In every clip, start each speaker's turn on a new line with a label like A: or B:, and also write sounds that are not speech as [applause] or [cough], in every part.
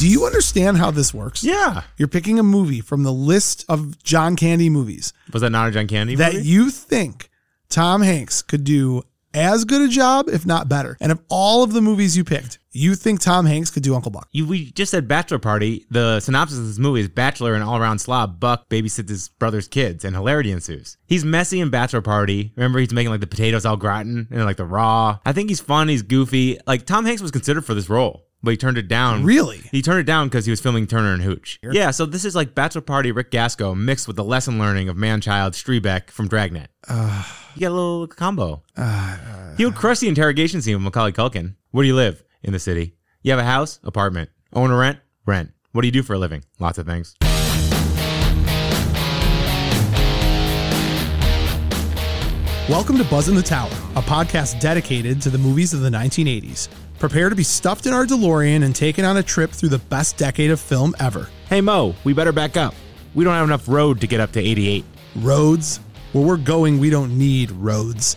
A: you understand how this works?
B: Yeah.
A: You're picking a movie from the list of John Candy movies
B: Was that not a John Candy
A: that
B: movie?
A: you think Tom Hanks could do as good a job, if not better. And of all of the movies you picked, you think Tom Hanks could do Uncle Buck.
B: You, we just said Bachelor Party. The synopsis of this movie is Bachelor, an all around slob, Buck babysits his brother's kids, and hilarity ensues. He's messy in Bachelor Party. Remember, he's making like the potatoes all gratin and like the raw. I think he's fun, he's goofy. Like, Tom Hanks was considered for this role, but he turned it down.
A: Really?
B: He turned it down because he was filming Turner and Hooch. Yeah, so this is like Bachelor Party Rick Gasco mixed with the lesson learning of man child Strebeck from Dragnet. you got a little combo. he would crush the interrogation scene with Macaulay Culkin. Where do you live? In the city. You have a house? Apartment. Own or rent? Rent. What do you do for a living? Lots of things.
A: Welcome to Buzz in the Tower, a podcast dedicated to the movies of the 1980s. Prepare to be stuffed in our DeLorean and taken on a trip through the best decade of film ever.
B: Hey, Mo, we better back up. We don't have enough road to get up to 88.
A: Roads? Where we're going, we don't need roads.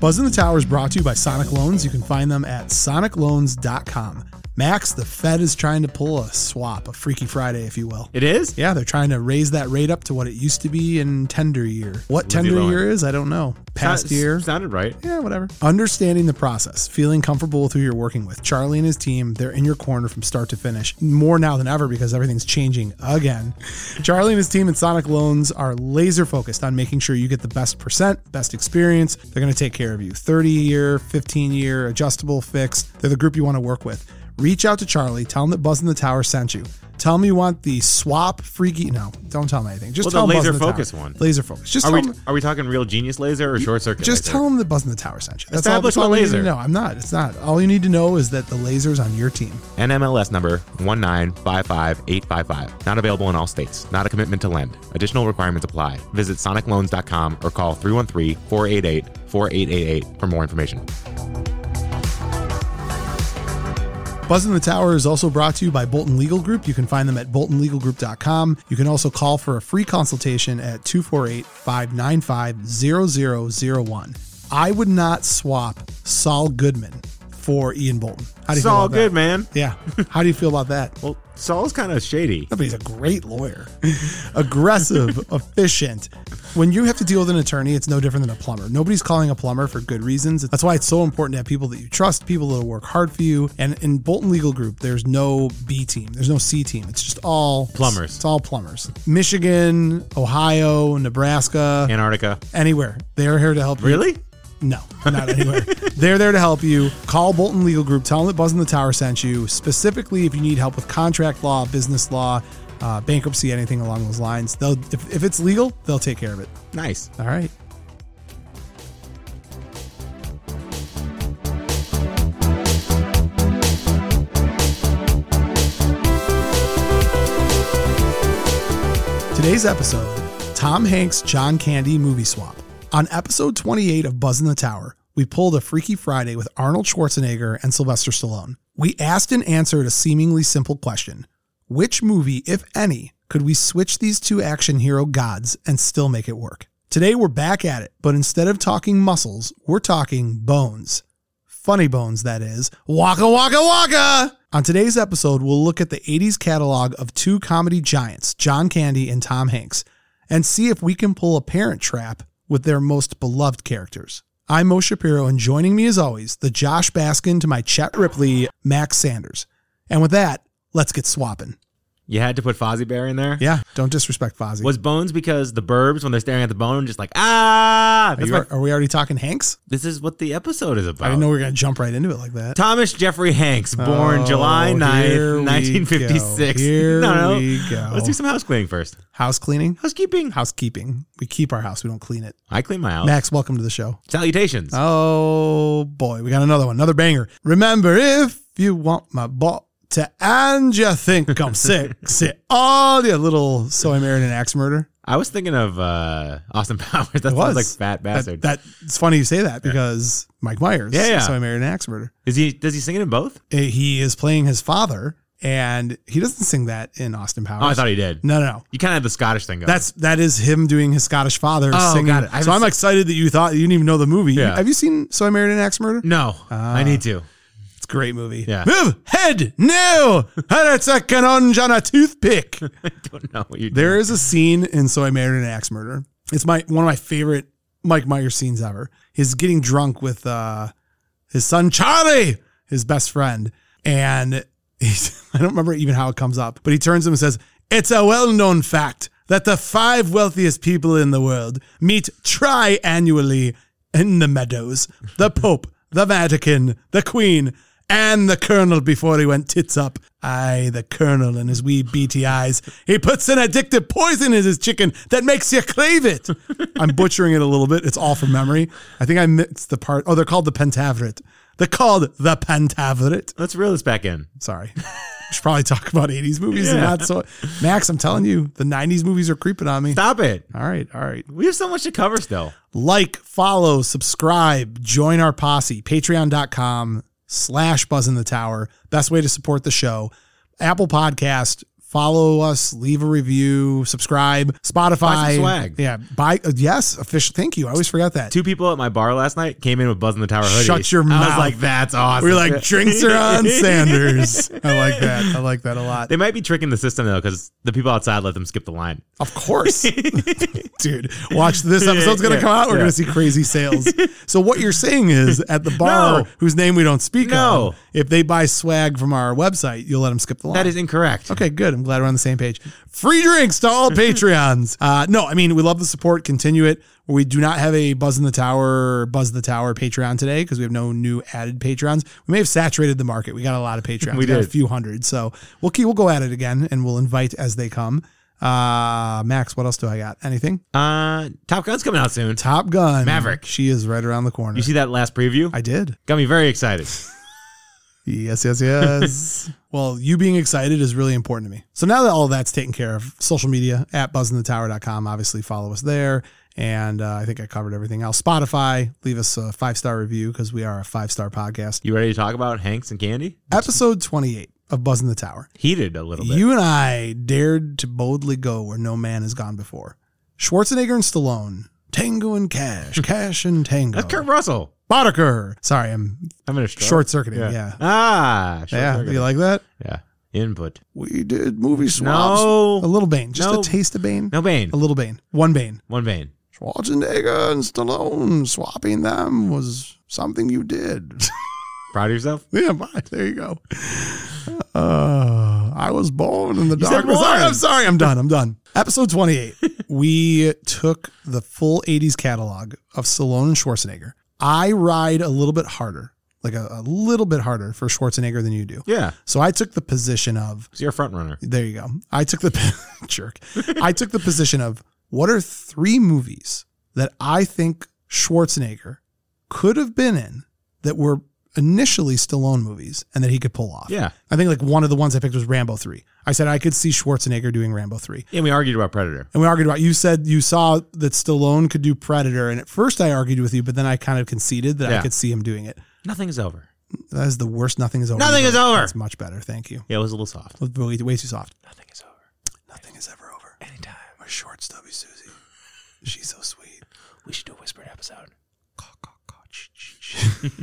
A: Buzz in the Tower is brought to you by Sonic Loans. You can find them at sonicloans.com. Max, the Fed is trying to pull a swap, a Freaky Friday, if you will.
B: It is?
A: Yeah, they're trying to raise that rate up to what it used to be in tender year. What
B: Lindsay
A: tender
B: Lohan.
A: year is, I don't know. Past
B: Sound-
A: year.
B: Sounded right.
A: Yeah, whatever. Understanding the process, feeling comfortable with who you're working with. Charlie and his team, they're in your corner from start to finish, more now than ever because everything's changing again. Charlie and his team at Sonic Loans are laser focused on making sure you get the best percent, best experience. They're going to take care of you 30 year, 15 year, adjustable, fixed. They're the group you want to work with. Reach out to Charlie, tell him that Buzz in the Tower sent you. Tell him you want the swap freaky. No, don't tell him anything. Just
B: Well,
A: tell
B: the
A: him Buzz in
B: laser
A: Tower.
B: focus one.
A: Laser focus. Just
B: Are
A: tell
B: we,
A: him,
B: are we talking real genius laser or short circuit?
A: just
B: laser?
A: tell them the buzz in the tower sent you. That's
B: Establish
A: all, that's all
B: the
A: You
B: laser.
A: need to know. I'm not. It's not. All you need to know is that the laser's on your team.
B: NMLS number 1955855. Not available in all states. Not a commitment to lend. Additional requirements apply. Visit sonicloans.com or call 313-488-4888 for more information.
A: Buzz in the Tower is also brought to you by Bolton Legal Group. You can find them at boltonlegalgroup.com. You can also call for a free consultation at 248-595-0001. I would not swap Saul Goodman for Ian Bolton. How do you feel
B: Saul
A: about that?
B: Goodman.
A: Yeah. How do you feel about that?
B: Well, Saul's kind of shady.
A: But he's a great lawyer. Aggressive, efficient. When you have to deal with an attorney, it's no different than a plumber. Nobody's calling a plumber for good reasons. That's why it's so important to have people that you trust, people that will work hard for you. And in Bolton Legal Group, there's no B team, there's no C team. It's just all
B: Plumbers.
A: It's all plumbers. Michigan, Ohio, Nebraska,
B: Antarctica.
A: anywhere. They're here to help you.
B: Really?
A: No, not [laughs] anywhere. They're there to help you. Call Bolton Legal Group. Tell them that Buzz in the Tower sent you. Specifically, if you need help with contract law, business law, uh, bankruptcy, anything along those lines, they'll if, if it's legal, they'll take care of it.
B: Nice.
A: All right. Today's episode Tom Hanks John Candy movie swap. On episode 28 of Buzz in the Tower, we pulled a Freaky Friday with Arnold Schwarzenegger and Sylvester Stallone. We asked and answered a seemingly simple question Which movie, if any, could we switch these two action hero gods and still make it work? Today we're back at it, but instead of talking muscles, we're talking bones. Funny Bones, that is. Waka waka waka! On today's episode, we'll look at the 80s catalog of two comedy giants, John Candy and Tom Hanks, and see if we can pull a parent trap with their most beloved characters. I'm Mo Shapiro, and joining me as always, the Josh Baskin to my Chet Ripley, Max Sanders. And with that, let's get swapping.
B: You had to put Fozzie Bear in there?
A: Yeah, don't disrespect Fozzie.
B: Was Bones because the burbs, when they're staring at the bone, just like, ah!
A: are,
B: That's
A: you-
B: my,
A: are we already talking Hanks?
B: this is what the episode is about.
A: I didn't know we were going to jump right into it like that.
B: Thomas Jeffrey Hanks, born
A: Oh,
B: July 9th,
A: here we
B: 1956.
A: go. Here
B: [laughs] no, no.
A: we go.
B: Let's do some house cleaning first.
A: House cleaning?
B: Housekeeping.
A: Housekeeping. We keep our house, we don't clean it.
B: I clean my house.
A: Max, welcome to the show.
B: Salutations.
A: Uh, Oh boy, we got another one, another banger. Remember, if you want my ball to and you think I'm
B: [laughs]
A: sexy, all the little so I'm Aaron and axe murder.
B: I was thinking of uh, Austin [laughs] Powers. That
A: was.
B: sounds like
A: That,
B: fat bastard.
A: that it's funny you say that because Mike Myers,
B: Yeah, yeah.
A: so I married an axe murder.
B: Is he? Does he sing it in both?
A: Uh, He is playing his father, and he doesn't sing that in Austin Powers.
B: Oh, I thought he did.
A: no, no, no.
B: You kind of had the Scottish thing going.
A: That's that is him doing his Scottish father
B: Oh,
A: singing.
B: got it. I
A: So
B: haven't
A: I'm
B: seen-
A: excited that you thought you didn't even know the movie.
B: Yeah.
A: Have you seen So I Married an Axe Murder?
B: no. I
A: Ah.
B: need to. [laughs]
A: It's a great movie.
B: Yeah.
A: Move head now, and it's a canonge on a toothpick.
B: I don't know what you. did.
A: there is a scene in So I Married an Axe Murder. It's my one of my favorite Mike Myers scenes ever. He's getting drunk with uh, his son Charlie, his best friend, and [laughs] he's, I don't remember even how it comes up, but he turns to him and says, "It's a well-known fact that the five wealthiest people in the world meet tri-annually in the meadows: the Pope, the Vatican, the Queen." And the colonel before he went tits up. Aye, the colonel and his wee beady eyes. He puts an addictive poison in his chicken that makes you crave it. I'm butchering it a little bit. It's all from memory. I think I mixed the part. Oh, they're called the pentaveret. They're called the pentaveret.
B: Let's reel this back in.
A: Sorry. We should probably talk about 80s movies and
B: Yeah.
A: not so. Max, I'm telling you, the 90s movies are creeping on me.
B: Stop it.
A: All right, all right.
B: We have so much to cover still.
A: Like, follow, subscribe, join our posse. Patreon.com slash Buzz in the Tower. Best way to support the show. Apple Podcast. Follow us, leave a review, subscribe. Spotify,
B: Buy some swag.
A: yeah, buy. uh, yes, official. Thank you. I always forget that.
B: Two people at my bar last night came in with Buzz in the Tower hoodies.
A: Shut your
B: I
A: mouth.
B: was like, that's awesome.
A: We're
B: [laughs]
A: like drinks are on Sanders. I like that. I like that a lot.
B: They might be tricking the system though, because the people outside let them skip the line.
A: Of course. [laughs] Dude, watch this
B: Yeah,
A: episode's going to
B: yeah,
A: come out. We're
B: yeah.
A: going to see crazy sales. so, what you're saying is at the bar,
B: [laughs] No.
A: whose name we don't speak
B: No.
A: of, if they buy swag from our website, you'll let them skip the line.
B: That is incorrect.
A: Okay, good. I'm glad we're on the same page. Free drinks to
B: [laughs]
A: all Patreons. Uh, no, I mean, we love the support. Continue it. We do not have a Buzz in the Tower, Buzz the Tower Patreon today because we have no new added Patreons. We may have saturated the market. We got a lot of Patreons.
B: [laughs] We
A: got a
B: did.
A: few hundred. So we'll keep, we'll go at it again and we'll invite as they come. Uh, Max, what else do I got? Anything?
B: Uh, Top Gun's coming out soon.
A: Top Gun.
B: Maverick.
A: She is right around the corner.
B: You see that last preview?
A: I did.
B: Got me very [laughs] excited.
A: Yes, yes, yes. [laughs] well, you being excited is really important to me. So now that all that's taken care of, social media at buzzinthetower.com, obviously follow us there. And uh, I think I covered everything else. Spotify, leave us a five star review because we are a five star podcast.
B: You ready to talk about Hanks and Candy?
A: Episode 28 of Buzz in the Tower.
B: Heated a little bit.
A: You and I dared to boldly go where no man has gone before. Schwarzenegger and Stallone, Tango and [laughs] Cash, Cash and Tango.
B: That's Kurt Russell.
A: Boddicker. Sorry, I'm
B: I'm in a stroke.
A: short circuiting. Yeah. Yeah.
B: Ah. Short circuit.
A: You like that?
B: yeah. Input.
A: We did movie swabs. A
B: No.
A: little Bane. Just
B: No.
A: a taste of Bane.
B: No Bane.
A: A little Bane. One Bane.
B: One Bane.
A: Schwarzenegger and Stallone swapping them was something you did.
B: Proud of yourself?
A: [laughs] yeah, bye. There you go. Uh, I was born in the
B: You said
A: darkness. Sorry,
B: one.
A: I'm sorry. I'm done. I'm done. Episode [laughs] 28. we took the full 80s catalog of Stallone and Schwarzenegger. I ride a little bit harder, like a, a little bit harder for Schwarzenegger than you do.
B: Yeah.
A: So I took the position of
B: So you're a front runner.
A: There you go. I took the [laughs] jerk. I took the position of what are three movies that I think Schwarzenegger could have been in that were initially Stallone movies and that he could pull off.
B: Yeah.
A: I think like one of the ones I picked was Rambo 3. I said I could see Schwarzenegger doing Rambo 3.
B: And we argued about Predator.
A: And we argued about you said you saw that Stallone could do Predator and at first I argued with you but then I kind of conceded that I
B: Yeah.
A: could see him doing it.
B: Nothing is over.
A: That is the worst nothing is over.
B: Nothing is over.
A: That's much better. Thank you.
B: Yeah, it was a little soft.
A: Way, way too soft.
B: Nothing is over.
A: Nothing is ever over.
B: Anytime.
A: We're short stubby Susie. She's so sweet.
B: We should do a whispered episode. [laughs]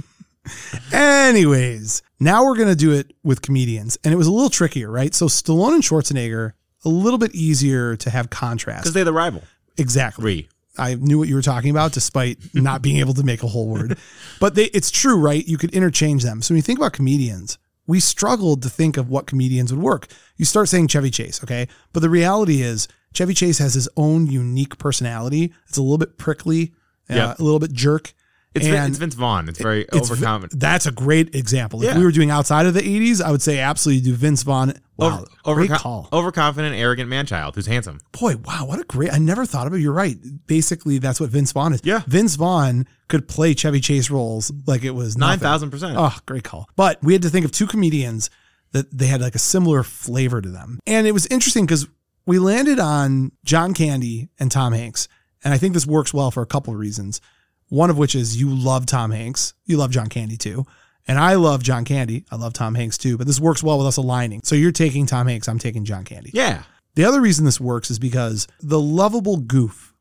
A: Anyways, now we're going to do it with comedians. And it was a little trickier, right? So Stallone and Schwarzenegger, a little bit easier to have
B: Because
A: contrast.
B: they're the rival.
A: exactly.
B: Three.
A: I knew what you were talking about despite not being able to make a whole
B: [laughs]
A: word. But they, it's true, right? You could interchange them. So when you think about comedians, we struggled to think of what comedians would work. You start saying Chevy Chase, okay? But the reality is, Chevy Chase has his own unique personality. It's a little bit prickly, uh,
B: Yeah.
A: a little bit jerk.
B: It's, Vin,
A: And-
B: it's Vince Vaughn. It's very
A: it's vi-
B: overconfident.
A: That's a great example. If
B: Yeah.
A: we were doing outside of the 80s, I would say absolutely do Vince Vaughn. Wow,
B: Over,
A: great
B: overco-
A: call.
B: overconfident, arrogant man child who's handsome.
A: Boy, wow, what a great! I never thought of it. You're right. Basically, that's what Vince Vaughn is.
B: Yeah.
A: Vince Vaughn could play Chevy Chase roles like it was
B: Nine
A: nothing.
B: thousand percent.
A: Oh, great call. But we had to think of two comedians that they had like a similar flavor to them. And it was interesting because we landed on John Candy and Tom Hanks. And I think this works well for a couple of reasons. One of which is you love Tom Hanks, you love John Candy too. And I love John Candy. I love Tom Hanks too, but this works well with us aligning. So you're taking Tom Hanks, I'm taking John Candy.
B: Yeah.
A: The other reason this works is because the lovable goof,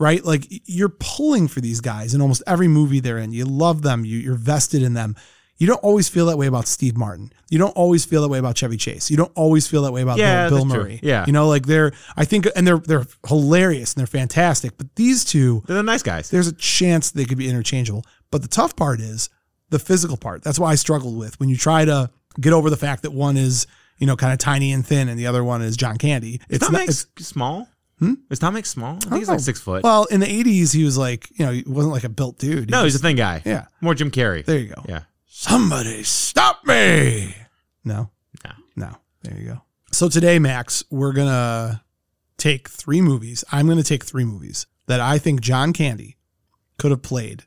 A: right? Like y- you're pulling for these guys in almost every movie they're in. You love them, you, you're vested in them. You don't always feel that way about Steve Martin. You don't always feel that way about Chevy Chase. You don't always feel that way about
B: Yeah,
A: Bill, Bill
B: that's true.
A: Murray.
B: Yeah.
A: you know, like they're I think, and they're they're hilarious and they're fantastic. But these two,
B: They're the nice guys.
A: there's a chance they could be interchangeable. But the tough part is the physical part. That's what I struggled with when you try to get over the fact that one is, you know, kind of tiny and thin and the other one is John Candy.
B: Is Tom
A: not- Hmm?
B: Hanks small? Is Tom Hanks small? I think he's
A: Oh.
B: like six foot.
A: Well, in the 80s, he was like, you know, he wasn't like a built dude. He
B: no,
A: was-
B: he's a thin guy.
A: Yeah.
B: More Jim Carrey.
A: There you go.
B: Yeah.
A: Somebody stop me. No.
B: No.
A: No. There you go. So today, Max, we're going to take three movies. I'm going to take three movies that I think John Candy could have played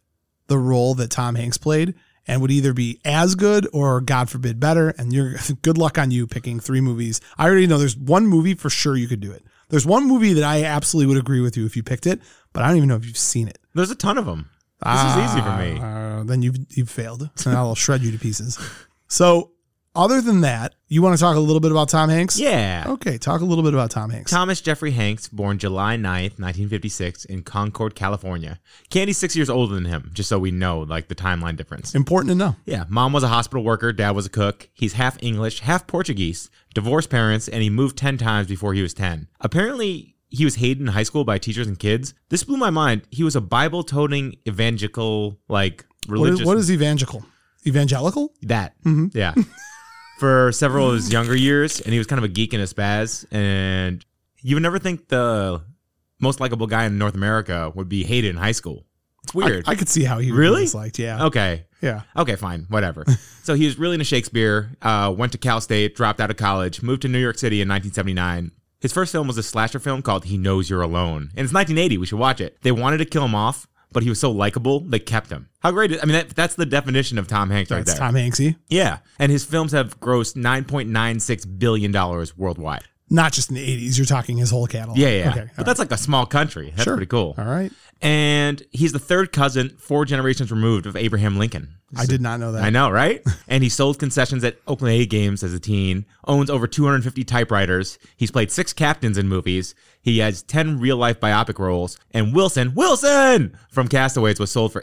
A: the role that Tom Hanks played and would either be as good or God forbid better. And you're [laughs] good luck on you picking three movies. I already know there's one movie for sure you could do it. There's one movie that I absolutely would agree with you if you picked it, but I don't even know if you've seen it.
B: There's a ton of them. This is easy for me.
A: Ah, then you've you've failed. So now I'll shred you to pieces. [laughs] So other than that, you want to talk a little bit about Tom Hanks?
B: Yeah.
A: Okay, talk a little bit about Tom Hanks.
B: Thomas Jeffrey Hanks, born July 9th, 1956, in Concord, California. Candy's six years older than him, just so we know, like, the timeline difference.
A: Important to know.
B: Yeah, mom was a hospital worker, dad was a cook. He's half English, half Portuguese, divorced parents, and he moved 10 times before he was 10. Apparently, he was hated in high school by teachers and kids. This blew my mind. He was a Bible toting evangelical, like,
A: What
B: religious.
A: is, Mm-hmm. what is evangelical? Evangelical?
B: That. Yeah. [laughs] For several of his younger years, and he was kind of a geek and a spaz. And you would never think the most likable guy in North America would be hated in high school. It's weird.
A: I, I could see how he would
B: Really? Oh,
A: be disliked. Yeah.
B: okay.
A: Yeah.
B: Okay, fine,
A: [laughs]
B: whatever. so he was really into Shakespeare, uh, went to Cal State, dropped out of college, moved to New York City in 1979. His first film was a slasher film called He Knows You're Alone. And it's 1980, we should watch it. They wanted to kill him off, but he was so likable, they kept him. How great is I mean, that, that's the definition of Tom Hanks right
A: That's
B: there.
A: Tom Hanksy.
B: Yeah. And his films have grossed $9.96 billion worldwide.
A: Not just in the 80s. You're talking his whole catalog.
B: Yeah, yeah.
A: Okay.
B: but that's like a small country. That's
A: Sure.
B: pretty cool.
A: All right.
B: And he's the third cousin, four generations removed, of Abraham Lincoln.
A: I did not know that.
B: I
A: [laughs]
B: know, right? and he sold concessions at Oakland A games as a teen, owns over 250 typewriters. He's played six captains in movies. He has 10 real life biopic roles. And Wilson, Wilson from Castaways was sold for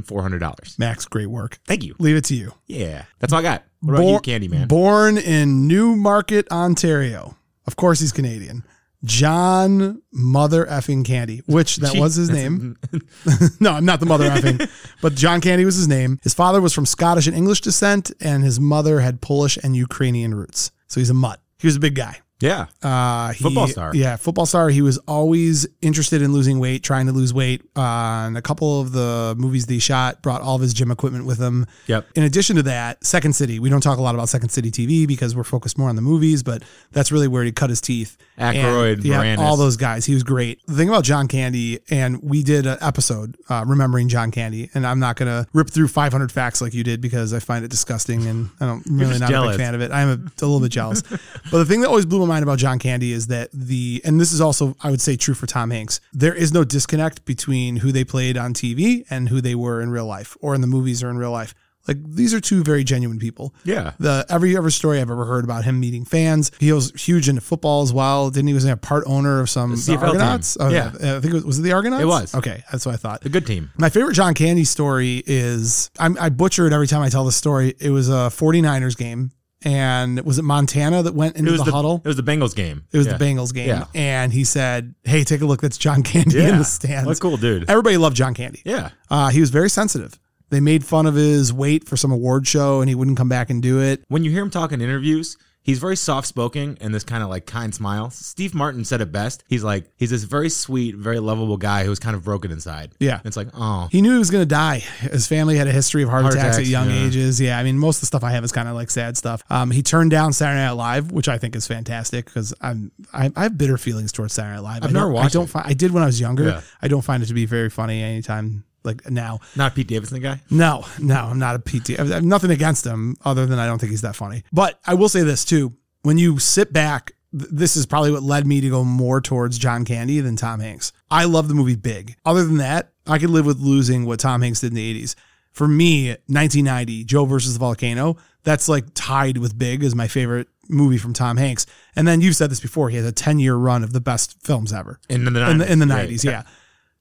B: $18,400.
A: Max, great work.
B: Thank you.
A: Leave it to you.
B: Yeah. That's all I got. What about
A: Bor-
B: you, Candyman?
A: Born in Newmarket, Ontario. Of course, he's Canadian. John Mother effing Candy, which that was his
B: [laughs]
A: name. [laughs] no, I'm not the mother effing, but John Candy was his name. His father was from Scottish and English descent, and his mother had Polish and Ukrainian roots. So he's a mutt. He was a big guy.
B: Yeah.
A: Uh, he,
B: Football star.
A: Yeah, football star. He was always interested in losing weight, trying to lose weight. Uh, and a couple of the movies that he shot brought all of his gym equipment with him.
B: Yep.
A: In addition to that, Second City. We don't talk a lot about Second City TV because we're focused more on the movies, but that's really where he cut his teeth. And,
B: Aykroyd,
A: yeah,
B: Moranis.
A: all those guys. He was great. The thing about John Candy, and we did an episode uh, remembering John Candy, and I'm not gonna rip through 500 facts like you did because I find it disgusting, and I don't I'm really
B: just
A: not a
B: jealous.
A: big fan of it. I'm a, a little bit
B: [laughs]
A: jealous. but the thing that always blew my mind about John Candy is that the, and this is also, I would say, true for Tom Hanks, there is no disconnect between who they played on TV and who they were in real life or in the movies or in real life. Like these are two very genuine people.
B: Yeah.
A: The every ever story I've ever heard about him meeting fans. He was huge into football as well. Didn't he was a part owner of some
B: CFL team.
A: Argonauts? Oh,
B: Yeah.
A: I think it was, was it the Argonauts.
B: It was.
A: Okay, that's what I thought.
B: The good team.
A: My favorite John Candy story is I'm, I butcher it every time I tell this story. It was a 49ers game, and was it Montana that went
B: It
A: into
B: was
A: the, huddle?
B: It was the Bengals game.
A: It was
B: Yeah.
A: the Bengals game,
B: Yeah.
A: and he said, "Hey, take a look. That's John Candy
B: Yeah.
A: in the
B: What
A: stands."
B: a cool dude.
A: Everybody loved John Candy.
B: Yeah.
A: Uh, he was very sensitive. They made fun of his weight for some award show, and he wouldn't come back and do it.
B: When you hear him talk in interviews, he's very soft spoken and this kind of like kind smile. Steve Martin said it best. He's like, he's this very sweet, very lovable guy who's kind of broken inside.
A: Yeah.
B: It's like, oh,
A: He knew he was going to die. His family had a history of heart,
B: Heart
A: attacks, at
B: attacks,
A: young
B: yeah.
A: ages. Yeah, I mean, most of the stuff I have is kind of like sad stuff. Um, he turned down Saturday Night Live, which I think is fantastic because I'm I, I have bitter feelings towards Saturday Night Live.
B: I've
A: I don't-
B: never watched
A: I don't
B: it.
A: find I did when I was younger.
B: Yeah.
A: I don't find it to be very funny anytime like now.
B: not Pete Davidson guy.
A: No, no, I'm not a PT. I have nothing against him other than I don't think he's that funny. But I will say this too. When you sit back, th- this is probably what led me to go more towards John Candy than Tom Hanks. I love the movie Big. Other than that, I could live with losing what Tom Hanks did in the 80s. For me, 1990, Joe versus the Volcano, that's like tied with Big as my favorite movie from Tom Hanks. And then you've said this before, he has a 10 year run of the best films ever
B: In the 90s.
A: in the, in the
B: right.
A: 90s. Yeah.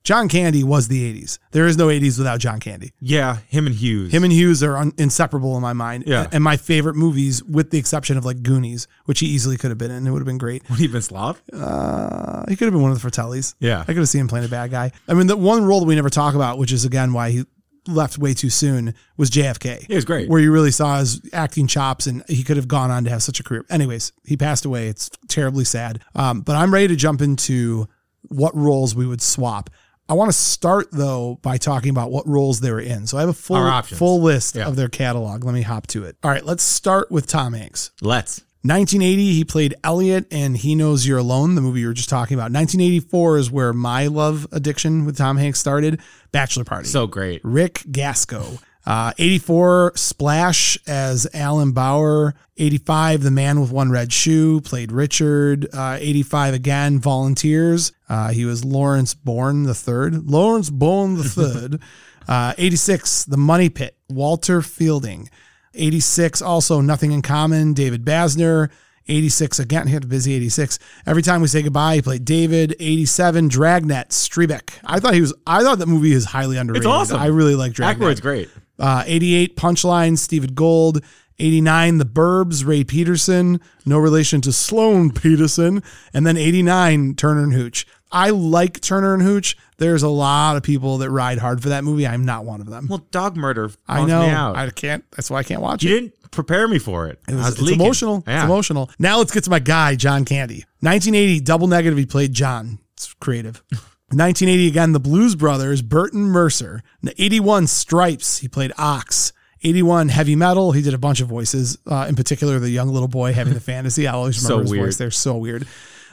A: John Candy was the 80s. There is no 80s without John Candy.
B: Yeah. Him and Hughes. [laughs]
A: Him and Hughes are un- inseparable in my mind.
B: Yeah.
A: And my favorite movies, with the exception of like Goonies, which he easily could have been in. It would have been great.
B: Would he have been Slav?
A: Uh, he could have been one of the Fratellis.
B: Yeah.
A: I could have seen him playing a bad guy. I mean, the one role that we never talk about, which is again why he left way too soon, was JFK.
B: He was great.
A: Where you really saw his acting chops and he could have gone on to have such a career. Anyways, he passed away. It's terribly sad. Um, but I'm ready to jump into what roles we would swap. I want to start though by talking about what roles they were in. So I have a
B: Our
A: full
B: options.
A: full list
B: Yeah.
A: of their catalog. Let me hop to it. All right, let's start with Tom Hanks.
B: Let's.
A: 1980, he played Elliot in He Knows You're Alone, the movie you were just talking about. 1984 is where my love addiction with Tom Hanks started. Bachelor Party.
B: So great.
A: Rick Gasco. Uh, 84, Splash as Alan Bauer. 85, The Man with One Red Shoe, played Richard. Uh, 85 again, Volunteers. Uh, he was Lawrence Bourne the Third. Lawrence Bourne the Third. Uh, 86, The Money Pit, Walter Fielding. 86, also Nothing in Common, David Basner. 86, again, he had a busy 86. Every time we say goodbye, he played David. 87, Dragnet, Strebeck. I thought he was, I thought that movie is highly underrated.
B: awesome.
A: I really like Dragnet.
B: Aykroyd's great.
A: Uh, 88, Punchline, Steven Gold. 89, The Burbs, Ray Peterson. No relation to Sloan Peterson. And then 89, Turner and Hooch. I like Turner and Hooch. There's a lot of people that ride hard for that movie. I'm not one of them.
B: Well, dog murder.
A: I
B: bums
A: know.
B: Me out.
A: I can't. That's why I can't watch
B: you
A: it.
B: didn't prepare me for it.
A: It was-
B: I was
A: it's
B: leaking.
A: emotional.
B: Yeah.
A: It's emotional. Now let's get to my guy, John Candy. 1980, double negative. He played John. It's
B: [laughs]
A: creative. 1980 again, the Blues Brothers, Burton Mercer. The 81 Stripes. He played Ox. 81 Heavy Metal. He did a bunch of voices, uh, in particular the young little boy
B: [laughs]
A: having the fantasy. I always remember
B: So
A: his
B: weird.
A: voice. They're so weird.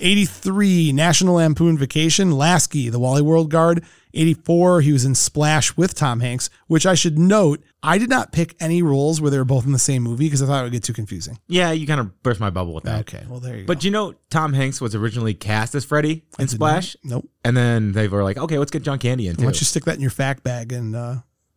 A: 83 National Lampoon Vacation, Lasky, the Wally World Guard. 84, he was in Splash with Tom Hanks, which I should note, I did not pick any roles where they were both in the same movie because I thought it would get too confusing.
B: Yeah, you kind of burst my bubble with that.
A: Okay, well there you
B: But
A: go.
B: do you know Tom Hanks was originally cast as Freddy in Splash?
A: nope.
B: And then they were like, okay, let's get John Candy in
A: Why
B: too.
A: don't you stick that in your fact bag and uh,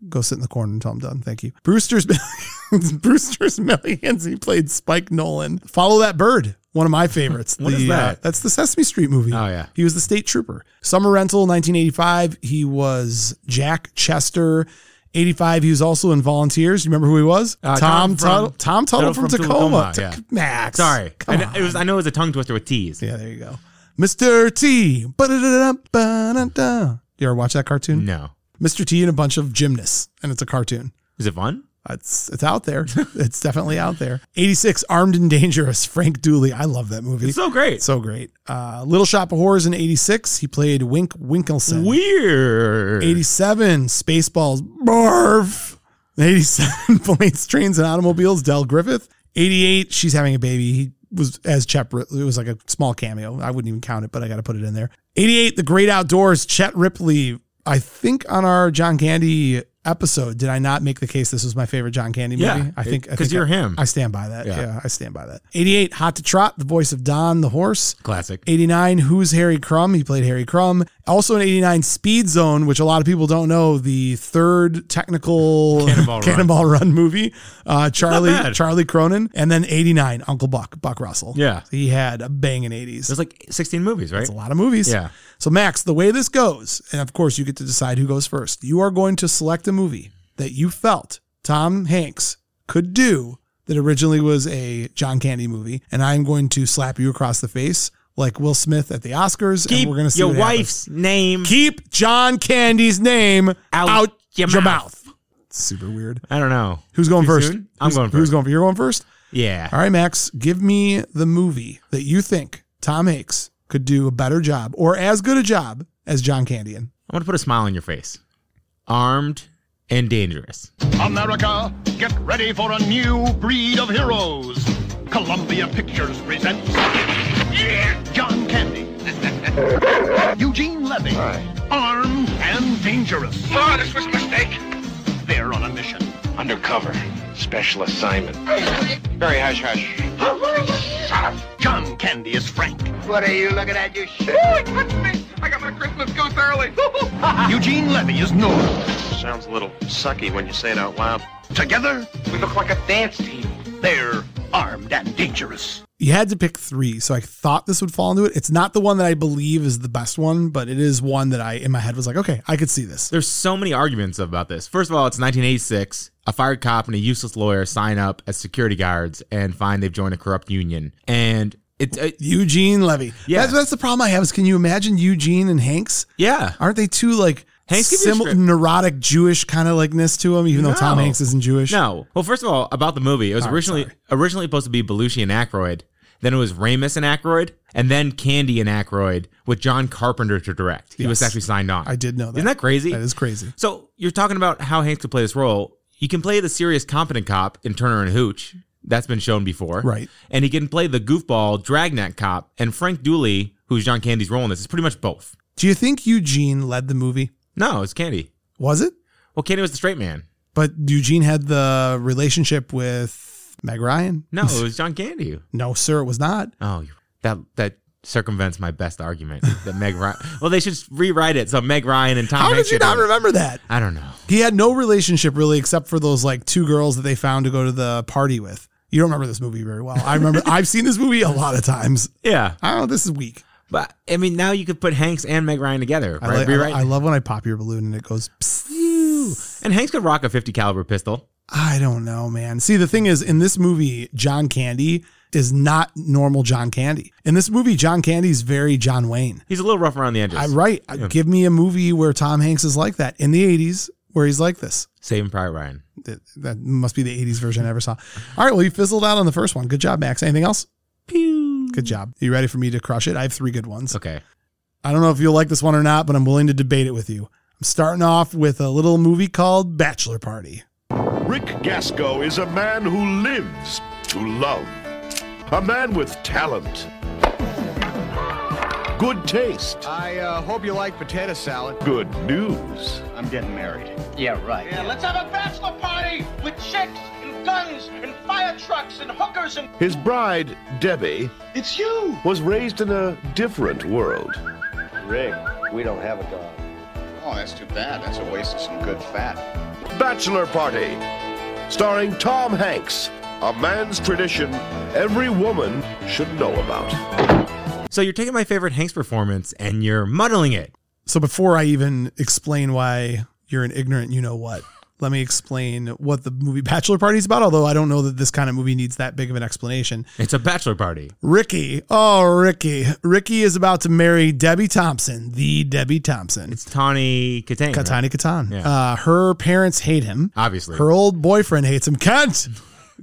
A: go sit in the corner until I'm done? Thank you. Brewster's Millions. [laughs] Brewster's Millions. He played Spike Nolan. Follow that bird. One of my favorites.
B: [laughs] What is
A: The, uh,
B: that?
A: that's the Sesame Street movie.
B: Oh, yeah.
A: He was the state trooper. Summer Rental, 1985. He was Jack Chester. 85. He was also in Volunteers. You remember who he was?
B: Uh,
A: Tom
B: Tom from-
A: Tuttle. Tom Tuttle from, Tacoma.
B: Tacoma,
A: Tac- Max.
B: Sorry.
A: [laughs] Come
B: I,
A: on.
B: kn- It was, I know it was a tongue twister with T's.
A: Yeah, there you go. Mr. T. Ba-da-da-da, ba-da-da. You ever watch that cartoon?
B: No.
A: Mr. T and a bunch of gymnasts, and it's a cartoon.
B: Is it fun?
A: It's it's out
B: [laughs]
A: there. It's definitely out there. 86 Armed and Dangerous Frank Dooley. I love that movie.
B: It's so great.
A: So great. Uh, Little Shop of Horrors in 86. He played Wink Winkelson.
B: Weird.
A: 87 Spaceballs. Barf. 87 [laughs] Planes, Trains, and Automobiles. Del Griffith. 88 She's Having a Baby. He was as Chet. Ri- It was like a small cameo. I wouldn't even count it, but I got to put it in there. 88 The Great Outdoors. Chet Ripley. I think on our John Candy episode, did I not make the case this was my favorite John Candy movie?
B: Yeah,
A: I think I
B: because
A: think
B: you're
A: I-
B: him.
A: I stand by that. Yeah.
B: Yeah.
A: I stand by that. 88, Hot to Trot, the voice of Don the horse.
B: Classic.
A: 89, Who's Harry Crumb? He played Harry Crumb. Also in 89, Speed Zone, which a lot of people don't know, the third technical
B: [laughs] Cannonball Run.
A: Run movie. Uh, Charlie
B: bad.
A: Charlie Cronin. And then 89, Uncle Buck, Buck Russell.
B: Yeah.
A: He had a bang in 80s.
B: There's like 16 movies, right?
A: It's a lot of movies.
B: Yeah.
A: So, Max, the way this goes, and of course, you get to decide who goes first. You are going to select a movie that you felt Tom Hanks could do that originally was a John Candy movie, and I'm going to slap you across the face like Will Smith at the Oscars. and
B: Keep
A: we're going to see
B: your
A: what happens.
B: wife's name.
A: Keep John Candy's name out, your,
B: your
A: mouth. Super weird.
B: I don't know.
A: Who's going
B: Too
A: first?
B: soon? I'm
A: Who's-
B: going
A: Who's
B: first.
A: going? You're going first.
B: Yeah.
A: All right, Max, give me the movie that you think Tom Hanks could do a better job or as good a job as John Candian.
B: I'm gonna put a smile on your face. Armed and dangerous.
C: America, get ready for a new breed of heroes. Columbia Pictures presents John Candy, [laughs] Eugene Levy, armed and dangerous.
D: Oh, this was a mistake.
C: They're on a mission.
D: Undercover. Special assignment. Very hush hush.
C: John Candy is Frank.
D: What are you looking at, you shit? Oh, it touched me. I got my Christmas goose early.
C: Eugene Levy is Norm.
E: Sounds a little sucky when you say it out loud.
C: Together,
D: we look like a dance team.
C: they're armed and dangerous.
A: You had to pick three, so I thought this would fall into it. It's not the one that I believe is the best one, but it is one that I, in my head, was like, okay, I could see this.
B: There's so many arguments about this. First of all, it's 1986. A fired cop and a useless lawyer sign up as security guards and find they've joined a corrupt union. And it's uh,
A: Eugene Levy.
B: Yeah.
A: That's, that's the problem I have is can you imagine Eugene and Hanks?
B: yeah,
A: Aren't they two like
B: Hanks could be
A: sim-
B: straight-
A: neurotic Jewish kind of likeness to him, even though Tom
B: No.
A: Hanks isn't Jewish?
B: no. Well, first of all, about the movie, it was
A: right,
B: originally
A: sorry.
B: originally supposed to be Belushi and Aykroyd. Then it was Ramis and Aykroyd, and then Candy and Aykroyd with John Carpenter to direct. He was
A: Yes.
B: actually signed on.
A: I did know that.
B: Isn't that crazy?
A: That is crazy.
B: So you're talking about how Hanks could play this role. He can play the serious, competent cop in Turner and Hooch. That's been shown before.
A: Right.
B: And he can play the goofball, dragnet cop. And Frank Dooley, who's John Candy's role in this, is pretty much both.
A: Do you think Eugene led the movie?
B: No, it's Candy.
A: Was it?
B: Well, Candy was the straight man.
A: But Eugene had the relationship with Meg Ryan.
B: No, it was John Candy.
A: No, sir, it was not.
B: Oh, you- that that circumvents my best argument. That Meg Ryan. [laughs] Well, they should rewrite it so Meg Ryan and Tom.
A: How
B: Hanks
A: did you
B: get
A: not
B: in.
A: remember that?
B: I don't know.
A: He had no relationship really, except for those like two girls that they found to go to the party with. You don't remember this movie very well. I
B: [laughs]
A: remember I've seen this movie a lot of times.
B: Yeah,
A: I don't know. This is weak.
B: but I mean, now you could put Hanks and Meg Ryan together.
A: I,
B: Right?
A: like-
B: rewrite.
A: I, I love when I pop your balloon and it goes. Psst.
B: and Hanks could rock a 50 caliber pistol.
A: I don't know, man. See, the thing is, in this movie, John Candy is not normal John Candy. In this movie, John Candy's very John Wayne.
B: He's a little rough around the edges.
A: I, right. Give me a movie where Tom Hanks is like that in the 80s where he's like this.
B: Saving Private Ryan.
A: That, that must be the 80s version I ever saw. All right. Well, you fizzled out on the first one. Good job, Max. Anything else? Good job. You ready for me to crush it? I have three good ones.
B: Okay.
A: I don't know if you'll like this one or not, but I'm willing to debate it with you. I'm starting off with a little movie called Bachelor Party.
F: Rick Gasco is a man who lives to love. A man with talent. Good taste.
G: I uh, hope you like potato salad.
F: Good news.
G: I'm getting married.
D: Yeah, let's have a bachelor party with chicks and guns and fire trucks and hookers and.
F: His bride, Debbie,
D: It's you!
F: was raised in a different world.
E: Rick, we don't have a dog.
G: Oh, that's too bad. That's a waste of some good fat.
F: Bachelor Party. Starring Tom Hanks. A man's tradition every woman should know about.
B: So you're taking my favorite Hanks performance and you're muddling it.
A: So before I even explain why you're an ignorant, you know what, Let me explain what the movie Bachelor Party is about, although I don't know that this kind of movie needs that big of an explanation.
B: It's a bachelor party.
A: Ricky. Oh, Ricky. Ricky is about to marry Debbie Thompson, the Debbie Thompson.
B: It's Tawny Katane. right?
A: Katani Katan.
B: Yeah.
A: Uh, her parents hate him.
B: Obviously.
A: Her old boyfriend hates him. Kent!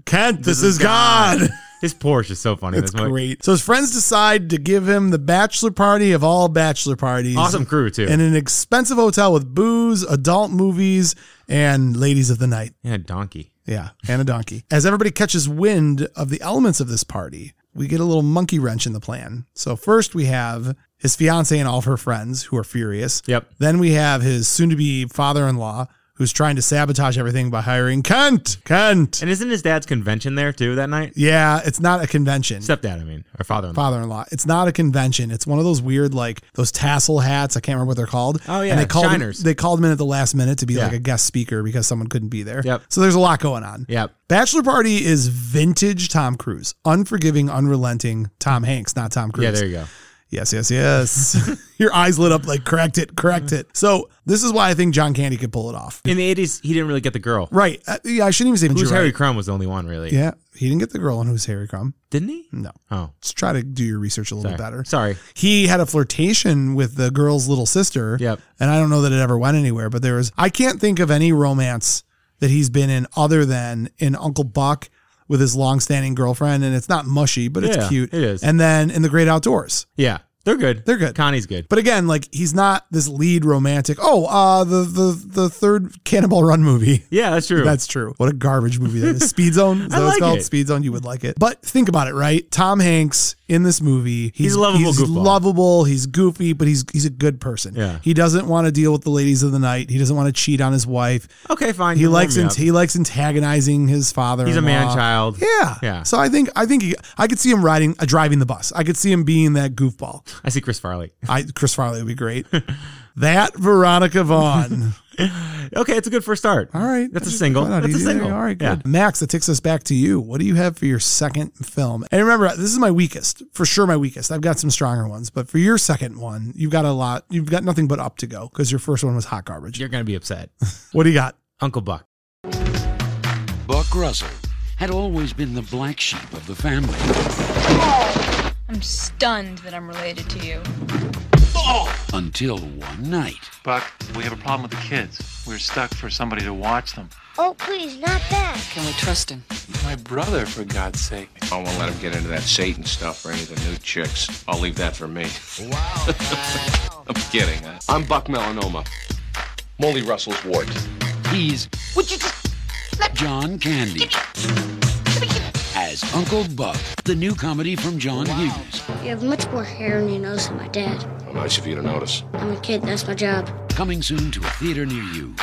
A: Kent, this, is God.
B: His Porsche is so funny. in
A: It's
B: this movie.
A: great. So his friends decide to give him the bachelor party of all bachelor parties.
B: Awesome crew, too.
A: In an expensive hotel with booze, adult movies, and ladies of the night.
B: Yeah, donkey.
A: Yeah, and a donkey. As everybody catches wind of the elements of this party, we get a little monkey wrench in the plan. So first we have his fiance and all of her friends who are furious.
B: Yep.
A: Then we have his soon-to-be father-in-law who's trying to sabotage everything by hiring Kent. Kent.
B: And isn't his dad's convention there too that night?
A: Yeah, it's not a convention.
B: Stepdad, I mean, or father in law.
A: father-in-law. It's not a convention. It's one of those weird, like those tassel hats. I can't remember what they're called.
B: Oh, yeah,
A: and they called
B: shiners.
A: Him, they called him in at the last minute to be
B: Yeah.
A: like a guest speaker because someone couldn't be there.
B: Yep.
A: So there's a lot going on.
B: Yep.
A: Bachelor Party is vintage Tom Cruise, unforgiving, unrelenting Tom Hanks, not Tom Cruise.
B: Yeah, there you go.
A: Yes, yes, yes. [laughs] Your eyes lit up like correct it, correct it. So this is why I think John Candy could pull it off.
B: In the 80s, he didn't really get the girl.
A: Right. Uh, yeah, I shouldn't even say. but
B: Who's
A: you're
B: Harry
A: right.
B: Crumb was the only one, really.
A: Yeah, Mm. he didn't get the girl on who's Harry Crumb.
B: Didn't he?
A: No.
B: Oh.
A: Let's try to do your research a little
B: Sorry.
A: bit better.
B: Sorry.
A: he had a flirtation with the girl's little sister.
B: Yep.
A: And I don't know that it ever went anywhere, but there was, I can't think of any romance that he's been in other than in Uncle Buck with his longstanding girlfriend. And it's not mushy, but it's
B: Yeah,
A: cute.
B: it is.
A: And then in The Great Outdoors.
B: Yeah. They're good.
A: They're good.
B: Connie's good.
A: But again, like he's not this lead romantic. Oh, uh, the, the, the third Cannonball Run movie.
B: yeah, that's true.
A: That's true. What a garbage movie that is. Speed Zone.
B: [laughs]
A: Is that
B: I
A: what it's
B: like
A: called?
B: it.
A: Speed Zone. You would like it. But think about it, right? Tom Hanks in this movie.
B: He's a lovable
A: He's
B: goofball.
A: lovable. He's goofy, but he's he's a good person.
B: Yeah.
A: He doesn't want to deal with the ladies of the night. He doesn't want to cheat on his wife.
B: okay, fine.
A: He
B: you
A: likes
B: warm me
A: ant-
B: up.
A: he likes antagonizing his father.
B: He's a man child.
A: Yeah.
B: Yeah.
A: So I think I think he, I could see him riding uh, driving the bus. I could see him being that goofball.
B: I see Chris Farley.
A: I Chris Farley would be
B: [laughs]
A: great. that Veronica Vaughn.
B: Okay, it's a good first start.
A: All right.
B: That's a
A: Just
B: single.
A: why not?
B: That's a
A: Easy there.
B: single.
A: All right, good.
B: Yeah.
A: Max, that takes us back to you. What do you have for your second film? And remember, this is my weakest, for sure my weakest. I've got some stronger ones, but for your second one, you've got a lot. You've got nothing but up to go because your first one was hot garbage.
B: You're going to be upset. [laughs]
A: What do you got?
B: Uncle Buck.
H: Buck Russell had always been the black sheep of the family.
I: I'm stunned that I'm related to you.
H: Until one night,
J: Buck, we have a problem with the kids. We're stuck for somebody to watch them.
K: Oh, please, not that.
H: can we trust him?
J: My brother, for God's sake.
E: I won't let him get into that Satan stuff or any of the new chicks. I'll leave that for me. Wow. [laughs] I'm kidding. Huh? I'm Buck Melanoma, Molly Russell's ward.
H: He's
K: Would you just
H: John Candy
K: let me
H: as Uncle Buck, the new comedy from John Hughes,
K: You have much more hair on your nose than my dad.
E: Well, nice of you to notice.
K: I'm a kid, that's my job.
H: coming soon to a theater near you.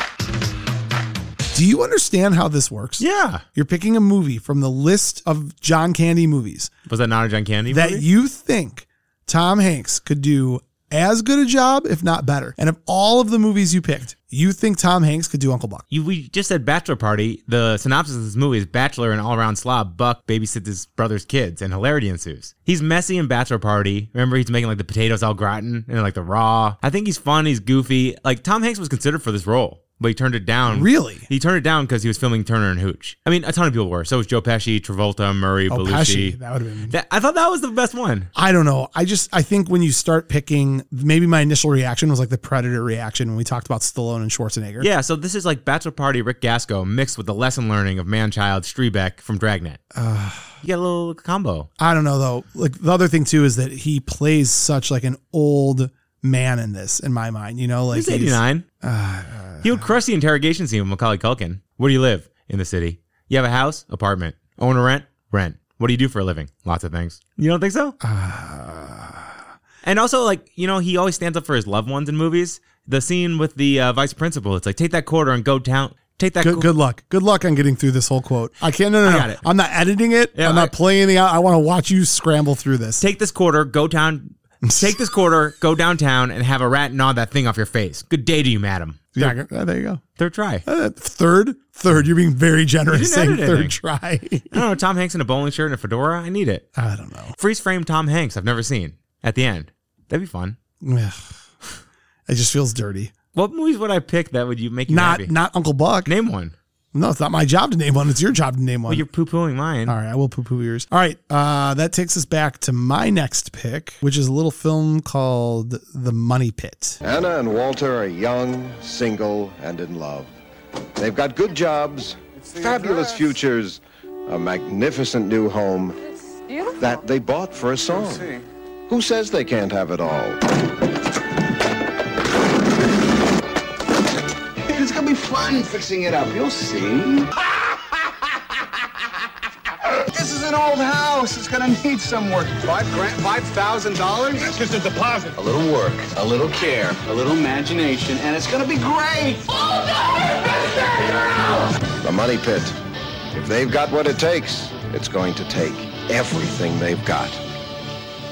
A: Do you understand how this works?
B: Yeah.
A: You're picking a movie from the list of John Candy movies
B: Was that not a John Candy
A: that
B: movie?
A: you think Tom Hanks could do as good a job, if not better. And of all of the movies you picked, you think Tom Hanks could do Uncle Buck.
B: You, we just said bachelor party. The synopsis of this movie is bachelor and all-around slob Buck babysits his brother's kids, and hilarity ensues. He's messy in bachelor party. Remember, he's making like the potatoes al gratin and like the raw. I think he's fun. He's goofy. Like Tom Hanks was considered for this role, but he turned it down.
A: Really?
B: He turned it down because he was filming Turner and Hooch. I mean, a ton of people were. So was Joe Pesci, Travolta, Murray,
A: Oh,
B: Belushi.
A: Pesci. That would have been
B: That- I thought that was the best one.
A: I don't know. I just I think when you start picking, maybe my initial reaction was like the Predator reaction when we talked about Stallone and Schwarzenegger.
B: Yeah, so this is like Bachelor Party Rick Gasco mixed with the lesson learning of man child Strebeck from Dragnet. you got a little combo.
A: I don't know though. Like the other thing too is that he plays such like an old man in this, in my mind. You know, like
B: He's 89. he would crush the interrogation scene with Macaulay Culkin. Where do you live? In the city. You have a house? Apartment. Own or rent? Rent. What do you do for a living? Lots of things. You don't think so? and also, like, you know, he always stands up for his loved ones in movies. The scene with the uh, vice principal, it's like, take that quarter and go down. Take that
A: Good,
B: quarter.
A: good luck. Good luck on getting through this whole quote. I can't. No, no, no.
B: got it.
A: I'm not editing it.
B: Yeah,
A: I'm not
B: I-
A: playing the. I want to watch you scramble through this.
B: take this quarter, go down.
A: [laughs]
B: Take this quarter, go downtown, and have a rat gnaw that thing off your face. Good day to you, madam.
A: yeah, uh, there you go.
B: Third try. I
A: Uh, Third, third. You're being very generous.
B: You
A: Saying
B: didn't
A: third
B: edit
A: try. [laughs]
B: don't know. Tom Hanks in a bowling shirt and a fedora. I need it.
A: I don't know.
B: Freeze frame Tom Hanks. I've never seen. At the end, that'd be fun.
A: Ugh. It just feels dirty.
B: What movies would I pick that would you make you
A: Not
B: happy?
A: not Uncle Buck.
B: Name one.
A: No, it's not my job to name one. It's your job to name one.
B: Well, you're poo pooing mine.
A: All right, I will poo poo yours. All right, uh, that takes us back to my next pick, which is a little film called The Money Pit.
L: Anna and Walter are young, single, and in love. They've got good jobs, fabulous futures, a magnificent new home that they bought for a song. Who says they can't have it all?
G: It's gonna be fun fixing it up. You'll see. this is an old house. It's gonna need some work. Five grand, five thousand dollars. That's just a deposit. A little work, a little care, a little imagination, and it's gonna be great.
L: The money pit. If they've got what it takes, it's going to take everything they've got.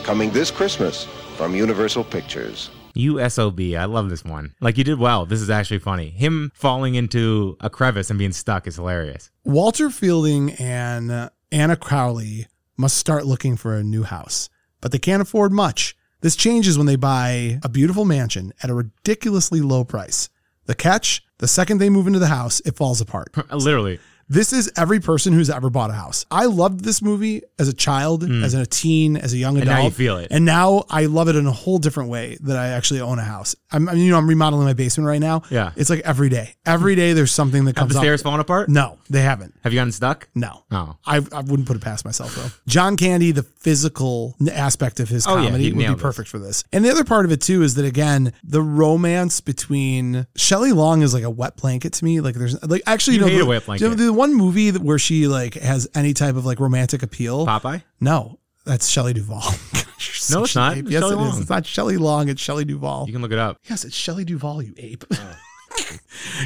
L: Coming this Christmas from Universal Pictures.
B: USOB. I love this one. Like you did well. This is actually funny. Him falling into a crevice and being stuck is hilarious.
A: Walter Fielding and uh, Anna Crowley must start looking for a new house, but they can't afford much. This changes when they buy a beautiful mansion at a ridiculously low price. The catch the second they move into the house, it falls apart.
B: Literally.
A: This is every person who's ever bought a house. I loved this movie as a child, as a teen, as a young
B: Mm. And
A: adult.
B: now you feel it.
A: And now I love it in a whole different way that I actually own a house. I'm, I mean, you know, I'm remodeling my basement right now.
B: Yeah.
A: It's like every day. Every day there's something that
B: Have
A: comes
B: the
A: up.
B: stairs fallen apart?
A: No, they haven't.
B: Have you gotten stuck?
A: No.
B: Oh.
A: I, I wouldn't put it past myself though. John Candy, the physical aspect of his
B: Oh, yeah,
A: comedy
B: he
A: would be
B: nailed this.
A: perfect for this. And the other part of it too is that again, the romance between Shelley Long is like a wet blanket to me. Like there's like actually
B: You
A: no
B: hate
A: the,
B: a wet blanket.
A: you know, The, one movie that, where she like has any type of like romantic appeal.
B: Popeye?
A: No, that's Shelley Duvall. [laughs] Gosh, you're
B: No,
A: such
B: it's not.
A: an ape.
B: It's
A: Yes,
B: Shelley
A: it is.
B: Long.
A: It's not Shelley Long. It's Shelley Duvall.
B: You can look it up.
A: Yes, it's Shelley Duvall, you ape.
B: Oh.
A: [laughs]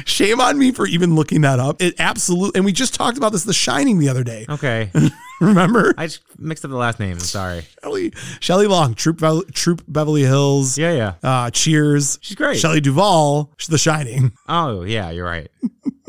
A: Shame on me for even looking that up. It absolutely, and we just talked about this, The Shining, the other day.
B: Okay.
A: Remember?
B: I just mixed up the last name. I'm sorry.
A: Shelley, Shelley Long, Troop, Bev- Troop Beverly Hills.
B: Yeah, yeah.
A: Uh, Cheers.
B: She's great.
A: Shelley Duvall, The Shining.
B: Oh, yeah, you're right.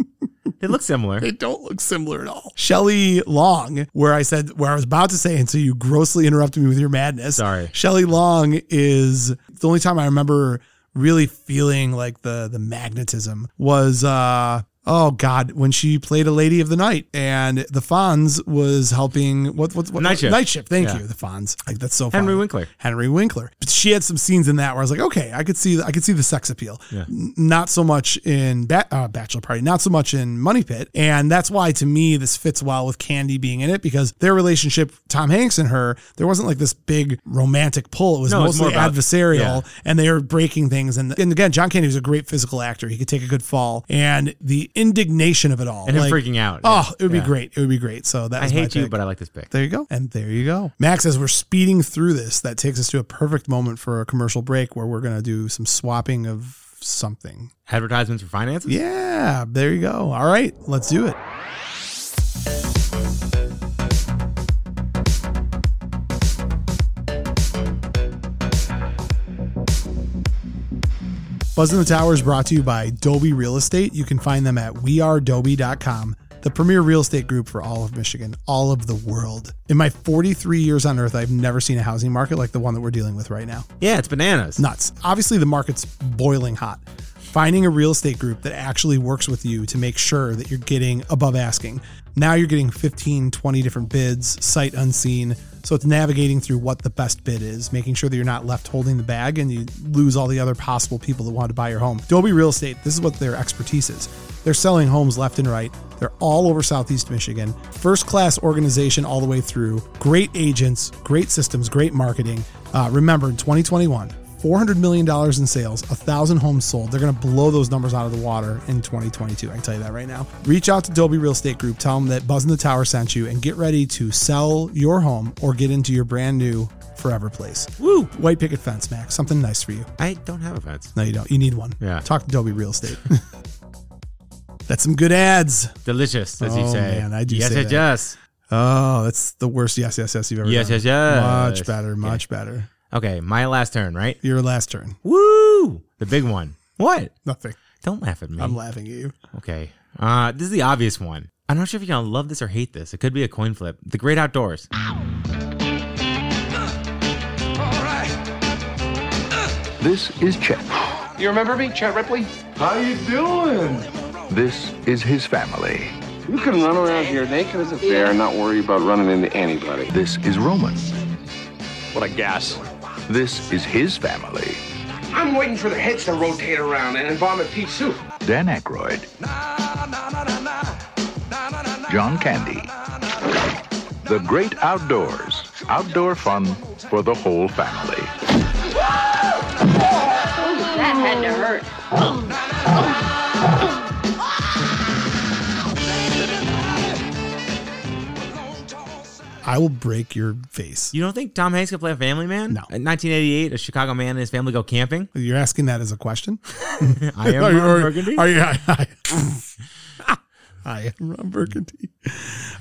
B: [laughs] they look similar.
A: They don't look similar at all. Shelley Long, where I said, where I was about to say, and so you grossly interrupted me with your madness.
B: Sorry.
A: Shelley Long is the only time I remember really feeling like the the magnetism was uh oh god when she played a lady of the night and the Fonz was helping what what, what
B: Night Shift.
A: night shift thank
B: Yeah.
A: you the Fonz like that's so
B: Henry
A: funny.
B: Winkler.
A: Henry Winkler but she had some scenes in that where I was like okay I could see I could see the sex appeal
B: Yeah.
A: N- not so much in ba- uh, Bachelor Party not so much in Money Pit and that's why to me this fits well with Candy being in it because their relationship Tom Hanks and her there wasn't like this big romantic pull it was
B: No, it's
A: mostly
B: more about-
A: adversarial
B: yeah.
A: and they are breaking things. And, and again, John Candy was a great physical actor. He could take a good fall, and the indignation of it all,
B: And him freaking out.
A: Oh, it would
B: Yeah.
A: be great. It would be great. So that
B: I
A: was my
B: hate you,
A: pick.
B: but I like this pick.
A: There you go. And there you go. Max, as we're speeding through this, that takes us to a perfect moment for a commercial break where we're going to do some swapping of something.
B: Advertisements for finances?
A: Yeah, there you go. All right, let's do it. Buzz in the Tower is brought to you by Dolby Real Estate. You can find them at wearedolby.com, the premier real estate group for all of Michigan, all of the world. In my 43 years on earth, I've never seen a housing market like the one that we're dealing with right now.
B: Yeah, it's bananas.
A: Nuts. Obviously, the market's boiling hot. Finding a real estate group that actually works with you to make sure that you're getting above asking. Now you're getting 15, 20 different bids, sight unseen. So it's navigating through what the best bid is, making sure that you're not left holding the bag and you lose all the other possible people that want to buy your home. Dolby Real Estate, this is what their expertise is. They're selling homes left and right. They're all over Southeast Michigan. First class organization all the way through. Great agents, great systems, great marketing. Uh, remember, in 2021, $400 million in sales, 1,000 homes sold. They're going to blow those numbers out of the water in 2022. I can tell you that right now. Reach out to Dolby Real Estate Group, tell them that Buzz in the Tower sent you, and get ready to sell your home or get into your brand new forever place. Woo! White picket fence, Max. Something nice for you.
B: I don't have a fence.
A: No, you don't. You need one.
B: Yeah.
A: Talk to Dolby Real Estate. [laughs] That's some good ads.
B: Delicious, as you
A: Oh,
B: say.
A: man, I do
B: Yes,
A: say
B: yes,
A: that.
B: yes.
A: Oh, that's the worst yes, yes, yes you've ever
B: Yes,
A: done.
B: yes, yes.
A: Much better, much better.
B: Okay, my last turn, right?
A: Your last turn.
B: Woo! The big one. What?
A: Nothing.
B: Don't laugh at me.
A: I'm laughing at you.
B: Okay. Uh, this is the obvious one. I'm not sure if you're gonna love this or hate this. It could be a coin flip. The Great Outdoors.
E: This is check. You remember me, Chet Ripley?
G: How you doing?
E: This is his family.
G: You can run around here naked as a
E: Fair, not worry about running into anybody. This is Roman. What a gas. This is his family.
G: I'm waiting for the heads to rotate around and vomit pea soup.
E: Dan Aykroyd.
M: John Candy. The Great Outdoors. Outdoor fun for the whole family.
K: That had to hurt.
A: I will break your face.
B: You don't think Tom Hanks could play a family man? No. In 1988, a Chicago man and his family go camping.
A: [laughs] You're asking that as a question?
B: I
A: [laughs]
B: am
A: Are you-
B: Ron
A: are-
B: Burgundy.
A: Are you, I, I- I am Ron Burgundy.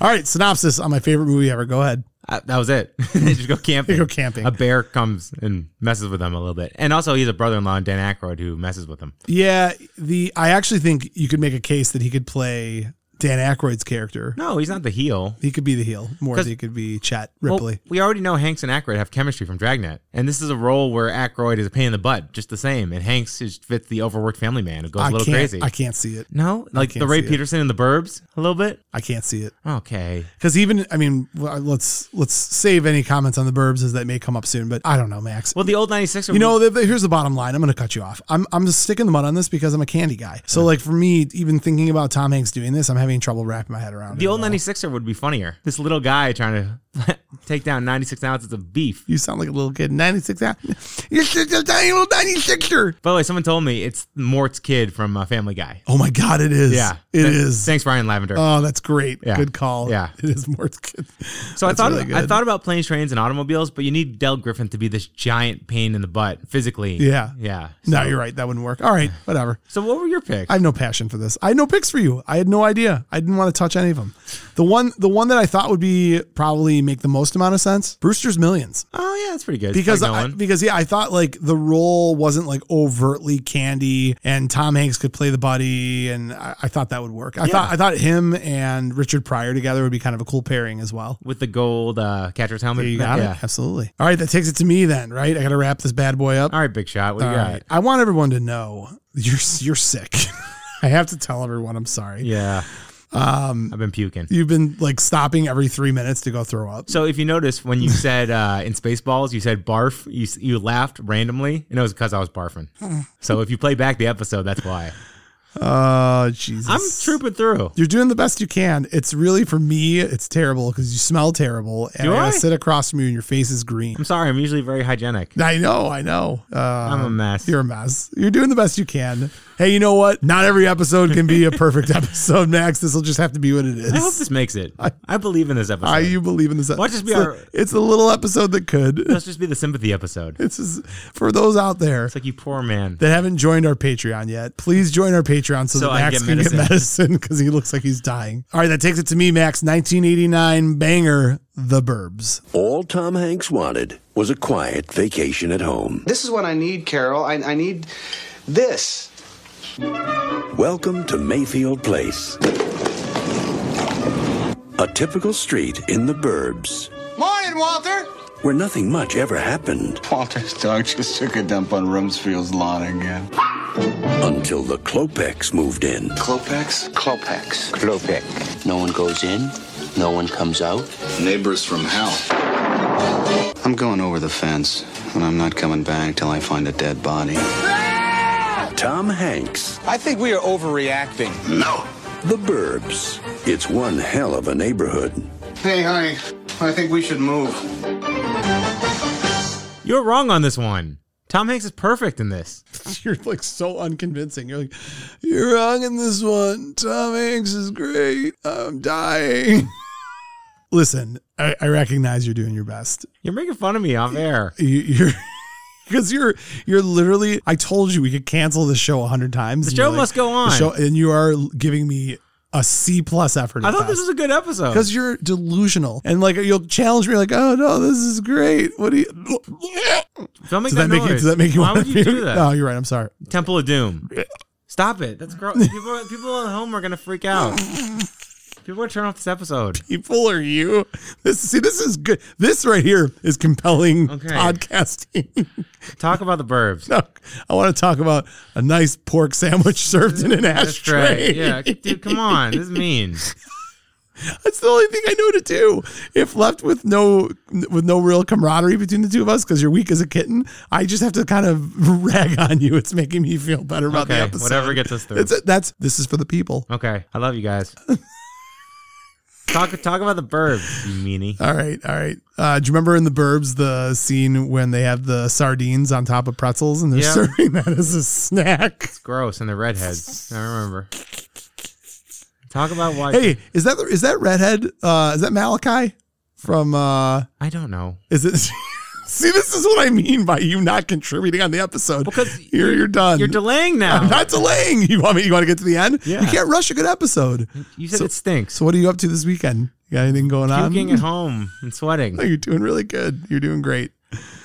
A: All right, synopsis on my favorite movie ever. Go ahead.
B: Uh, that was it. [laughs] they just go camping.
A: They go camping.
B: A bear comes and messes with them a little bit. And also, he's a brother-in-law, Dan Aykroyd, who messes with him.
A: Yeah, the I actually think you could make a case that he could play Dan Aykroyd's character.
B: No, he's not the heel.
A: He could be the heel more
B: 'Cause-
A: than he could be Chet
B: Well,
A: Ripley.
B: we already know Hanks and Aykroyd have chemistry from Dragnet, and this is a role where Aykroyd is a pain in the butt, just the same, and Hanks is fits the overworked family man who goes
A: I
B: a little
A: can't,
B: crazy.
A: I can't see it.
B: No,
A: I
B: like
A: can't
B: the Ray
A: see it.
B: Peterson in the Burbs a little bit.
A: I can't see it.
B: Okay,
A: Because even I mean, well, let's let's save any comments on the Burbs as that may come up soon. But I don't know, Max.
B: Well, the old '96.
A: You know, the, the- here's the bottom line. I'm going to cut you off. I'm I'm just sticking the mud on this because I'm a candy guy. So like for me, even thinking about Tom Hanks doing this, I'm having trouble wrapping my head around it.
B: The old 96er would be funnier. This little guy trying to [laughs] take down 96 ounces of beef.
A: You sound like a [laughs] little kid. 96 ounces. You're such a tiny little 96er.
B: By the way, someone told me it's Mort's kid from uh, Family Guy.
A: Oh my God, it is.
B: Yeah.
A: it
B: Th-
A: is.
B: Thanks, Ryan Lavender.
A: Oh, that's great.
B: Yeah.
A: Good call.
B: Yeah.
A: [laughs] it is more. Good.
B: so I
A: that's
B: thought
A: really
B: I
A: good.
B: thought about planes, trains, and automobiles, but you need Del Griffin to be this giant pain in the butt physically.
A: Yeah.
B: Yeah.
A: No,
B: So-
A: you're right. That wouldn't work. All
B: [sighs]
A: right, whatever.
B: So what were your picks?
A: I have no passion for this. I had no picks for you. I had no idea. I didn't want to touch any of them. The one, the one that I thought would be probably make the most amount of sense. Brewster's Millions.
B: Oh yeah, that's pretty good.
A: Because
B: Like
A: I,
B: Nolan.
A: because yeah, I thought like the role wasn't like overtly candy, and Tom Hanks could play the buddy, and I, I thought that would work. I
B: Yeah.
A: thought I thought him and Richard Pryor together would be kind of a cool pairing as well.
B: with the gold uh, catcher's helmet.
A: You got
B: yeah.
A: it. Absolutely. All right, that takes it to me then, right? I got to wrap this bad boy up.
B: All right, big shot. What do you
A: All
B: got?
A: right. I want everyone to know you're you're sick. [laughs] I have to tell everyone I'm sorry.
B: Yeah.
A: Um,
B: I've been puking.
A: You've been like stopping every three minutes to go throw up.
B: So if you notice, when you said uh, in Spaceballs, you said barf, you s- you laughed randomly, and it was because I was barfing. so if you play back the episode, that's
A: [laughs]
B: why.
A: Oh Jesus!
B: I'm trooping through.
A: You're doing the best you can. It's really for me. It's terrible because you smell terrible, and
B: Do
A: I, gotta
B: I?
A: sit across from you, and your face is green.
B: I'm sorry. I'm usually very hygienic.
A: I know, I know. Uh, I'm
B: a mess.
A: You're a mess. You're doing the best you can. Hey, you know what? Not every episode can
B: [laughs]
A: be a perfect episode, Max. This will just have to be what it is.
B: I hope this makes it. I, believe in this episode.
A: I, you believe in this? e-
B: Why just be
A: it's,
B: our-
A: a, it's a little episode that could.
B: Let's just be the sympathy episode.
A: [laughs] It's just, for those out there
B: It's like you poor man.
A: that haven't joined our Patreon yet. Please join our Patreon so,
B: So
A: that
B: I
A: Max
B: get
A: can get medicine because he looks like he's dying. All right, that takes it to me, Max. 1989 banger, The Burbs. [laughs]
N: All Tom Hanks wanted was a quiet vacation at home.
G: This is what I need, Carol. I, I need this.
N: Welcome to Mayfield Place. A typical street in the burbs
G: Morning, Walter.
N: where nothing much ever happened. Walter's dog just took a dump on Rumsfield's lawn again. Until the Klopex moved in.
G: Clopex? Clopex.
O: Klopek. No one goes in, no one comes out. Neighbors from hell. I'm going over the fence, and I'm not coming back till I find a dead body.
N: Tom Hanks. I think we are overreacting. No. The Burbs. It's one hell of a neighborhood.
G: Hey, honey. I think we should move.
B: You're wrong on this one. Tom Hanks is perfect in this.
A: You're like so unconvincing. You're like, you're wrong in this one. Tom Hanks is great. I'm dying. [laughs] Listen, I, I recognize you're doing your best.
B: You're making fun of me off air.
A: You, you're. [laughs] Because you're you're literally, I told you we could cancel the show a hundred times.
B: The
A: and you're
B: show must go
A: the
B: on.
A: and you are giving me a C plus effort.
B: I
A: at
B: thought this
A: best.
B: was a good episode.
A: because you're delusional and like you'll challenge me like oh no this is great what do [laughs] you
B: Don't make
A: does
B: that,
A: that, make you
B: noise.
A: does that make you
B: Why
A: wanna
B: would you
A: [laughs] puke?
B: do that?
A: no you're right i'm sorry [laughs]
B: Temple of Doom. Stop it. That's gross. people, people at home are gonna freak out. People are turning off this episode.
A: People are you. This see, this is good. This right here is compelling
B: Okay.
A: podcasting. [laughs]
B: Talk about the burbs.
A: No, I want to talk about a nice pork [laughs] sandwich served in an
B: That's
A: ashtray. [laughs]
B: right. Yeah, dude, come on. This is mean.
A: That's the only thing I know to do. If left with no with no real camaraderie between the two of us, because you're weak as a kitten, I just have to kind of [laughs] rag on you. It's making me feel better [laughs] about the
B: Okay,
A: episode.
B: whatever gets us through.
A: It's- that's this is for the people.
B: Okay, I love you guys. talk talk about the burbs, you meanie.
A: All right, all right. Uh, do you remember in the Burbs the scene when they have the sardines on top of pretzels and they're
B: Yeah.
A: serving [laughs] that as a snack?
B: It's gross, and the redheads. I remember. Talk about why.
A: Hey, is that is that redhead? Uh, is that Malachi from? Uh,
B: I don't know.
A: Is it? [laughs] See, this is what I mean by you not contributing on the episode. Because you're you're done.
B: You're delaying now.
A: I'm not delaying. You want me? You want to get to the end?
B: Yeah.
A: You can't rush a good episode.
B: You said
A: So-
B: it stinks.
A: So um, what are you up to this weekend? You got anything going on?
B: Puking at home and sweating.
A: No, [laughs] you're doing really good. You're doing great.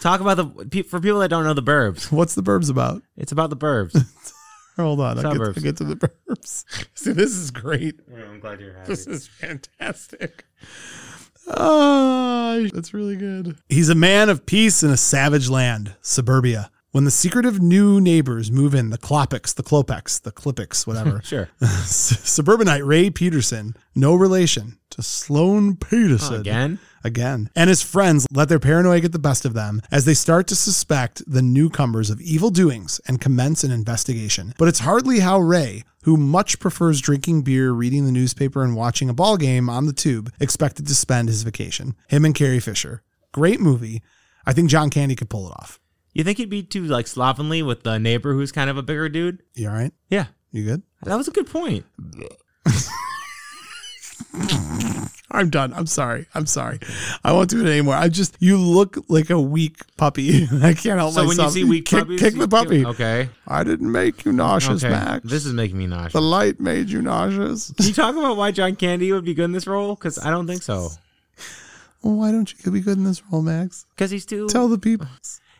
B: Talk about the pe- for people that don't know the burbs.
A: What's the Burbs about?
B: It's about
A: [laughs]
B: the burbs.
A: Hold on. I'll get, I'll
B: Suburbs.
A: get to the Burbs. [laughs] See, this is great.
B: I'm glad you're happy.
A: This is fantastic. Ah, that's really good. He's a man of peace in a savage land, suburbia. When the secretive new neighbors move in, the Klopeks, the Klopex, the Klippics,
B: [laughs]
A: whatever. [laughs]
B: Sure.
A: Suburbanite Ray Peterson, no relation to Sloan Peterson.
B: Again?
A: Again. And his friends let their paranoia get the best of them as they start to suspect the newcomers of evil doings and commence an investigation. But it's hardly how Ray, who much prefers drinking beer, reading the newspaper, and watching a ball game on the tube, expected to spend his vacation. Him and Carrie Fisher. Great movie. I think John Candy could pull it off.
B: You think he'd be too like slovenly with the neighbor who's kind of a bigger dude?
A: You all right?
B: Yeah.
A: You good?
B: That was a good point.
A: I'm done. I'm sorry. I'm sorry. I won't do it anymore. I just you look like a weak puppy. [laughs] I can't help
B: so when
A: [laughs]
B: you
A: myself.
B: see weak
A: kick,
B: puppies,
A: kick the
B: you-
A: puppy.
B: Okay.
A: I didn't make you nauseous,
B: okay.
A: Max.
B: This is making me nauseous.
A: The light made you nauseous.
B: Can you talk about why John Candy would be good in this role? Because I don't think so.
A: Well, [laughs] why don't you be good in this role, Max?
B: Because he's too.
A: Tell the people.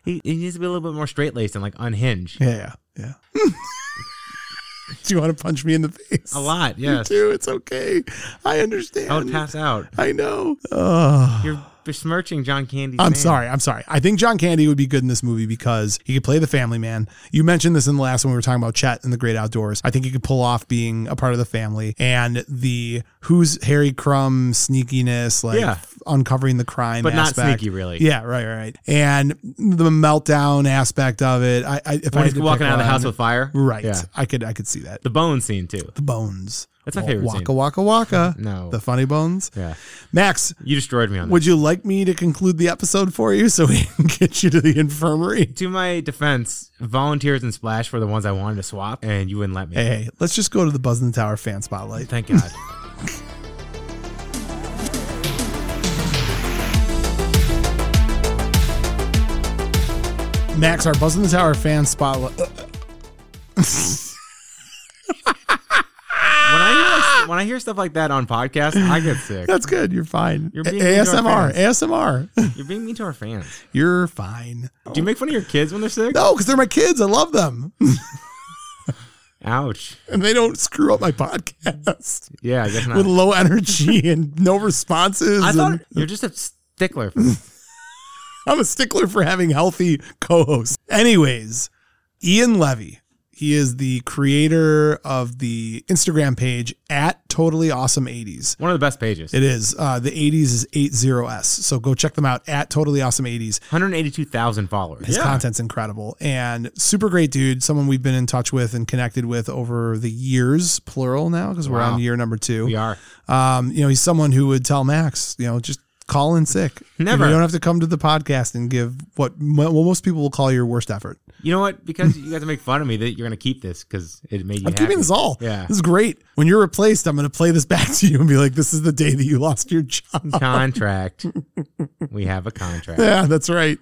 B: He, he needs to be a little bit more straight laced and like unhinged.
A: Yeah, yeah, [laughs] yeah. do you want to punch me in the face?
B: A lot,
A: You
B: yes.
A: do. It's okay. I understand.
B: I would pass out.
A: I know. Ugh.
B: You're besmirching John Candy's
A: I'm
B: name.
A: sorry. I'm sorry. I think John Candy would be good in this movie because he could play the family man. You mentioned this in the last one we were talking about Chet and the Great Outdoors. I think he could pull off being a part of the family and the who's Harry Crumb sneakiness, like
B: Yeah.
A: uncovering the crime,
B: But not
A: aspect.
B: sneaky, really.
A: Yeah, right, right, right. And the meltdown aspect of it. I, I if I
B: When
A: had
B: he's
A: to
B: walking
A: pick
B: out of the
A: one-
B: house with fire.
A: right?
B: Yeah.
A: I could, I could see that.
B: The bone scene, too.
A: The bones.
B: That's my favorite
A: Waka
B: scene.
A: waka waka.
B: No.
A: uh, the funny bones.
B: Yeah.
A: Max,
B: You destroyed me on that.
A: would you like me to conclude the episode for you so we [laughs] can get you to the infirmary?
B: to my defense, volunteers and Splash were the ones I wanted to swap, and you wouldn't let me.
A: Hey, hey, let's just go to the Buzz in the Tower fan spotlight.
B: Thank God.
A: Max, our Buzz in the Tower fan spotlight. [laughs]
B: when I hear like, [laughs] when I hear stuff like that on podcasts, I
A: [laughs]
B: get sick.
A: That's good. You're fine.
B: You're
A: You're
B: being mean to our
A: ASMR.
B: fans.
A: ASMR.
B: You're being mean to our fans.
A: [laughs] You're fine.
B: Do you make fun of your kids when they're sick?
A: No, because they're my kids. I love them. [laughs]
B: Ouch.
A: and they don't screw up my podcast
B: Yeah, I guess not.
A: with low energy and no responses.
B: I thought
A: and
B: you're just a
A: [laughs]
B: stickler. For
A: I'm a stickler for having healthy co hosts. Anyways, Ian Levy. He is the creator of the Instagram page at Totally Awesome 80s.
B: one of the best pages.
A: It is. Uh, the 80s is 80S. So go check them out at Totally Awesome 80s.
B: 182,000 followers.
A: His content's incredible and super great dude. Someone we've been in touch with and connected with over the years, plural now, because we're
B: Wow.
A: on year number two.
B: We are.
A: Um, you know, he's someone who would tell Max, you know, just call in sick. You know,
B: Never.
A: You don't have to come to the podcast and give what well, most people will call your worst effort.
B: You know what? Because you guys make fun of me, that you're gonna keep this because it made you.
A: I'm
B: happy.
A: keeping this all.
B: Yeah.
A: This is great. When you're replaced, I'm going to play this back to you and be like, this is the day that you lost your job. [laughs]
B: contract. we have a contract.
A: Yeah, that's right.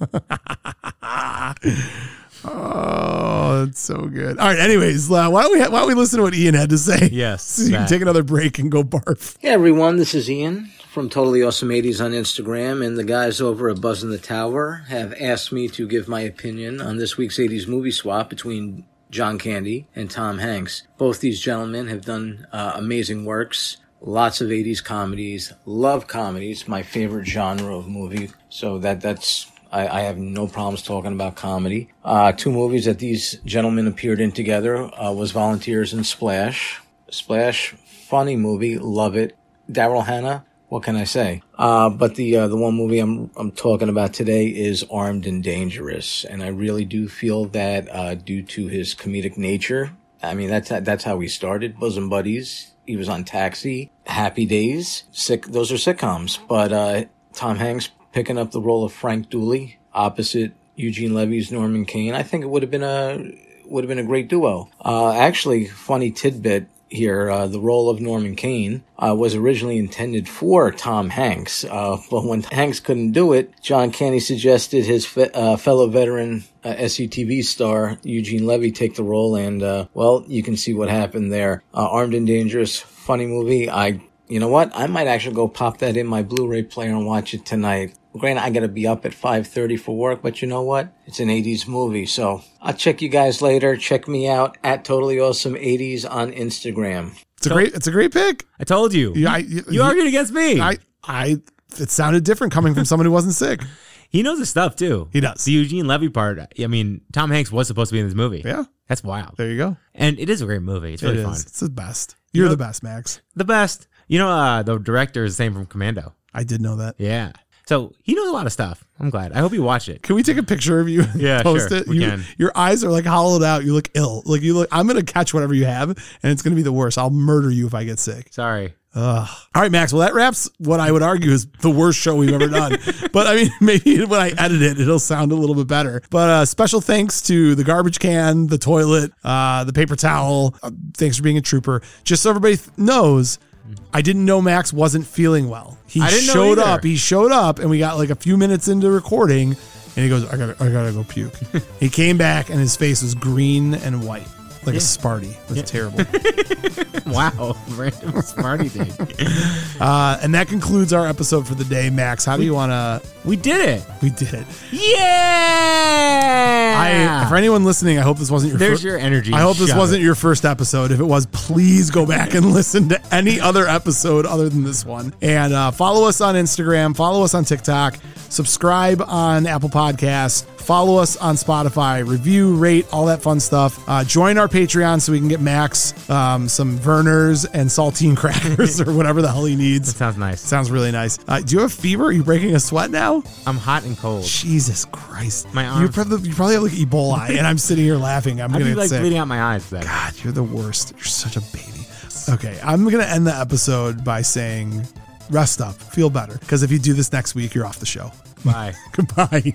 A: [laughs] oh, that's so good. All right. Anyways, uh, why don't we why don't we listen to what Ian had to say? [laughs]
B: Yes,
A: so you can
P: that.
A: take another break and go barf.
P: Hey everyone, this is Ian from Totally Awesome 80s on Instagram, and the guys over at Buzz in the Tower have asked me to give my opinion on this week's 80s movie swap between John Candy and Tom Hanks. Both these gentlemen have done uh, amazing works. lots of 80s comedies, love comedies, my favorite genre of movie. So that, that's, I, I have no problems talking about comedy. Uh, two movies that these gentlemen appeared in together uh, was Volunteers and Splash. Splash, funny movie, love it. Daryl Hannah, what can I say? Uh, but the uh, the one movie I'm I'm talking about today is Armed and Dangerous, and I really do feel that uh, due to his comedic nature, I mean that's that's how he started. Bosom Buddies, he was on Taxi, Happy Days, sick. Those are sitcoms, but uh, Tom Hanks picking up the role of Frank Dooley opposite Eugene Levy's Norman Cain. I think it would have been a would have been a great duo. Uh, actually, funny tidbit here. Uh, the role of Norman Cain uh, was originally intended for Tom Hanks, uh, [laughs] but when Hanks couldn't do it, John Candy suggested his fe- uh, fellow veteran uh, SUTV star Eugene Levy take the role, and uh, well, you can see what happened there. Uh, Armed and Dangerous, funny movie. I, you know what? I might actually go pop that in my Blu-ray player and watch it tonight. Granted, I gotta be up at 5.30 for work, but you know what? It's an 80s movie, so I'll check you guys later. Check me out at Totally Awesome 80s on Instagram.
A: It's a great. It's a great pick.
B: I told you.
A: You, I,
B: You argued against me.
A: I. I. It sounded different coming from someone who wasn't sick.
B: He knows his stuff too.
A: He does.
B: The Eugene Levy part. I mean, Tom Hanks was supposed to be in this movie.
A: Yeah.
B: That's wild.
A: There you go.
B: And it is a great movie. It's really
A: It is.
B: fun.
A: It's the best. You're
B: know-
A: the best, Max.
B: The best. You know, uh, the director is the same from Commando.
A: I did know that.
B: Yeah. So he knows a lot of stuff. I'm glad. I hope you watch it.
A: Can we take a picture of you? And
B: Yeah,
A: post
B: sure,
A: it.
B: we
A: You,
B: can.
A: Your eyes are like hollowed out. You look ill. Like you look. I'm gonna catch whatever you have, and it's gonna be the worst. I'll murder you if I get sick.
B: Sorry.
A: Ugh. All right, Max. Well, that wraps what I would argue is the worst show we've ever
B: [laughs]
A: done. but I mean, maybe when I edit it, it'll sound a little bit better. But uh, special thanks to the garbage can, the toilet, uh, the paper towel. Uh, thanks for being a trooper. Just so everybody th- knows, I didn't know Max wasn't feeling well. He
B: I didn't know
A: showed
B: either.
A: up. He showed up, and we got like a few minutes into recording, and he goes, "I gotta, I gotta go puke."
B: [laughs]
A: he came back, and his face was green and white, like a
B: Yeah.
A: Sparty. It was
B: Yeah. [laughs]
A: terrible. [laughs]
B: wow. Random Smarty thing.
A: Uh, and that concludes our episode for the day. Max, how do you want to?
B: [laughs] We did it.
A: [laughs] We did it.
B: Yeah.
A: I, for anyone listening, I hope this wasn't your.
B: There's your energy.
A: I hope this
B: Shove
A: wasn't
B: it.
A: your first episode. If it was, please go back and [laughs] listen to any other episode other than this one. And uh, follow us on Instagram. Follow us on TikTok. Subscribe on Apple Podcasts. Follow us on Spotify. Review, rate, all that fun stuff. Uh, join our Patreon so we can get Max um, some Verners and saltine [laughs] crackers or whatever the hell he needs.
B: sounds nice.
A: Sounds really nice. Uh, do you have fever? Are you breaking a sweat now?
B: I'm hot and cold.
A: Jesus Christ.
B: My
A: You
B: arms-
A: probably, you probably have like
B: [laughs]
A: Ebola, and I'm sitting here laughing. I'm
B: I'd
A: going to
B: be
A: get
B: like
A: sick.
B: bleeding out my eyes. for That.
A: God, you're the worst. You're such a baby. Okay, I'm going to end the episode by saying rest up, feel better. Because if you do this next week, you're off the show.
B: Bye.
A: Goodbye.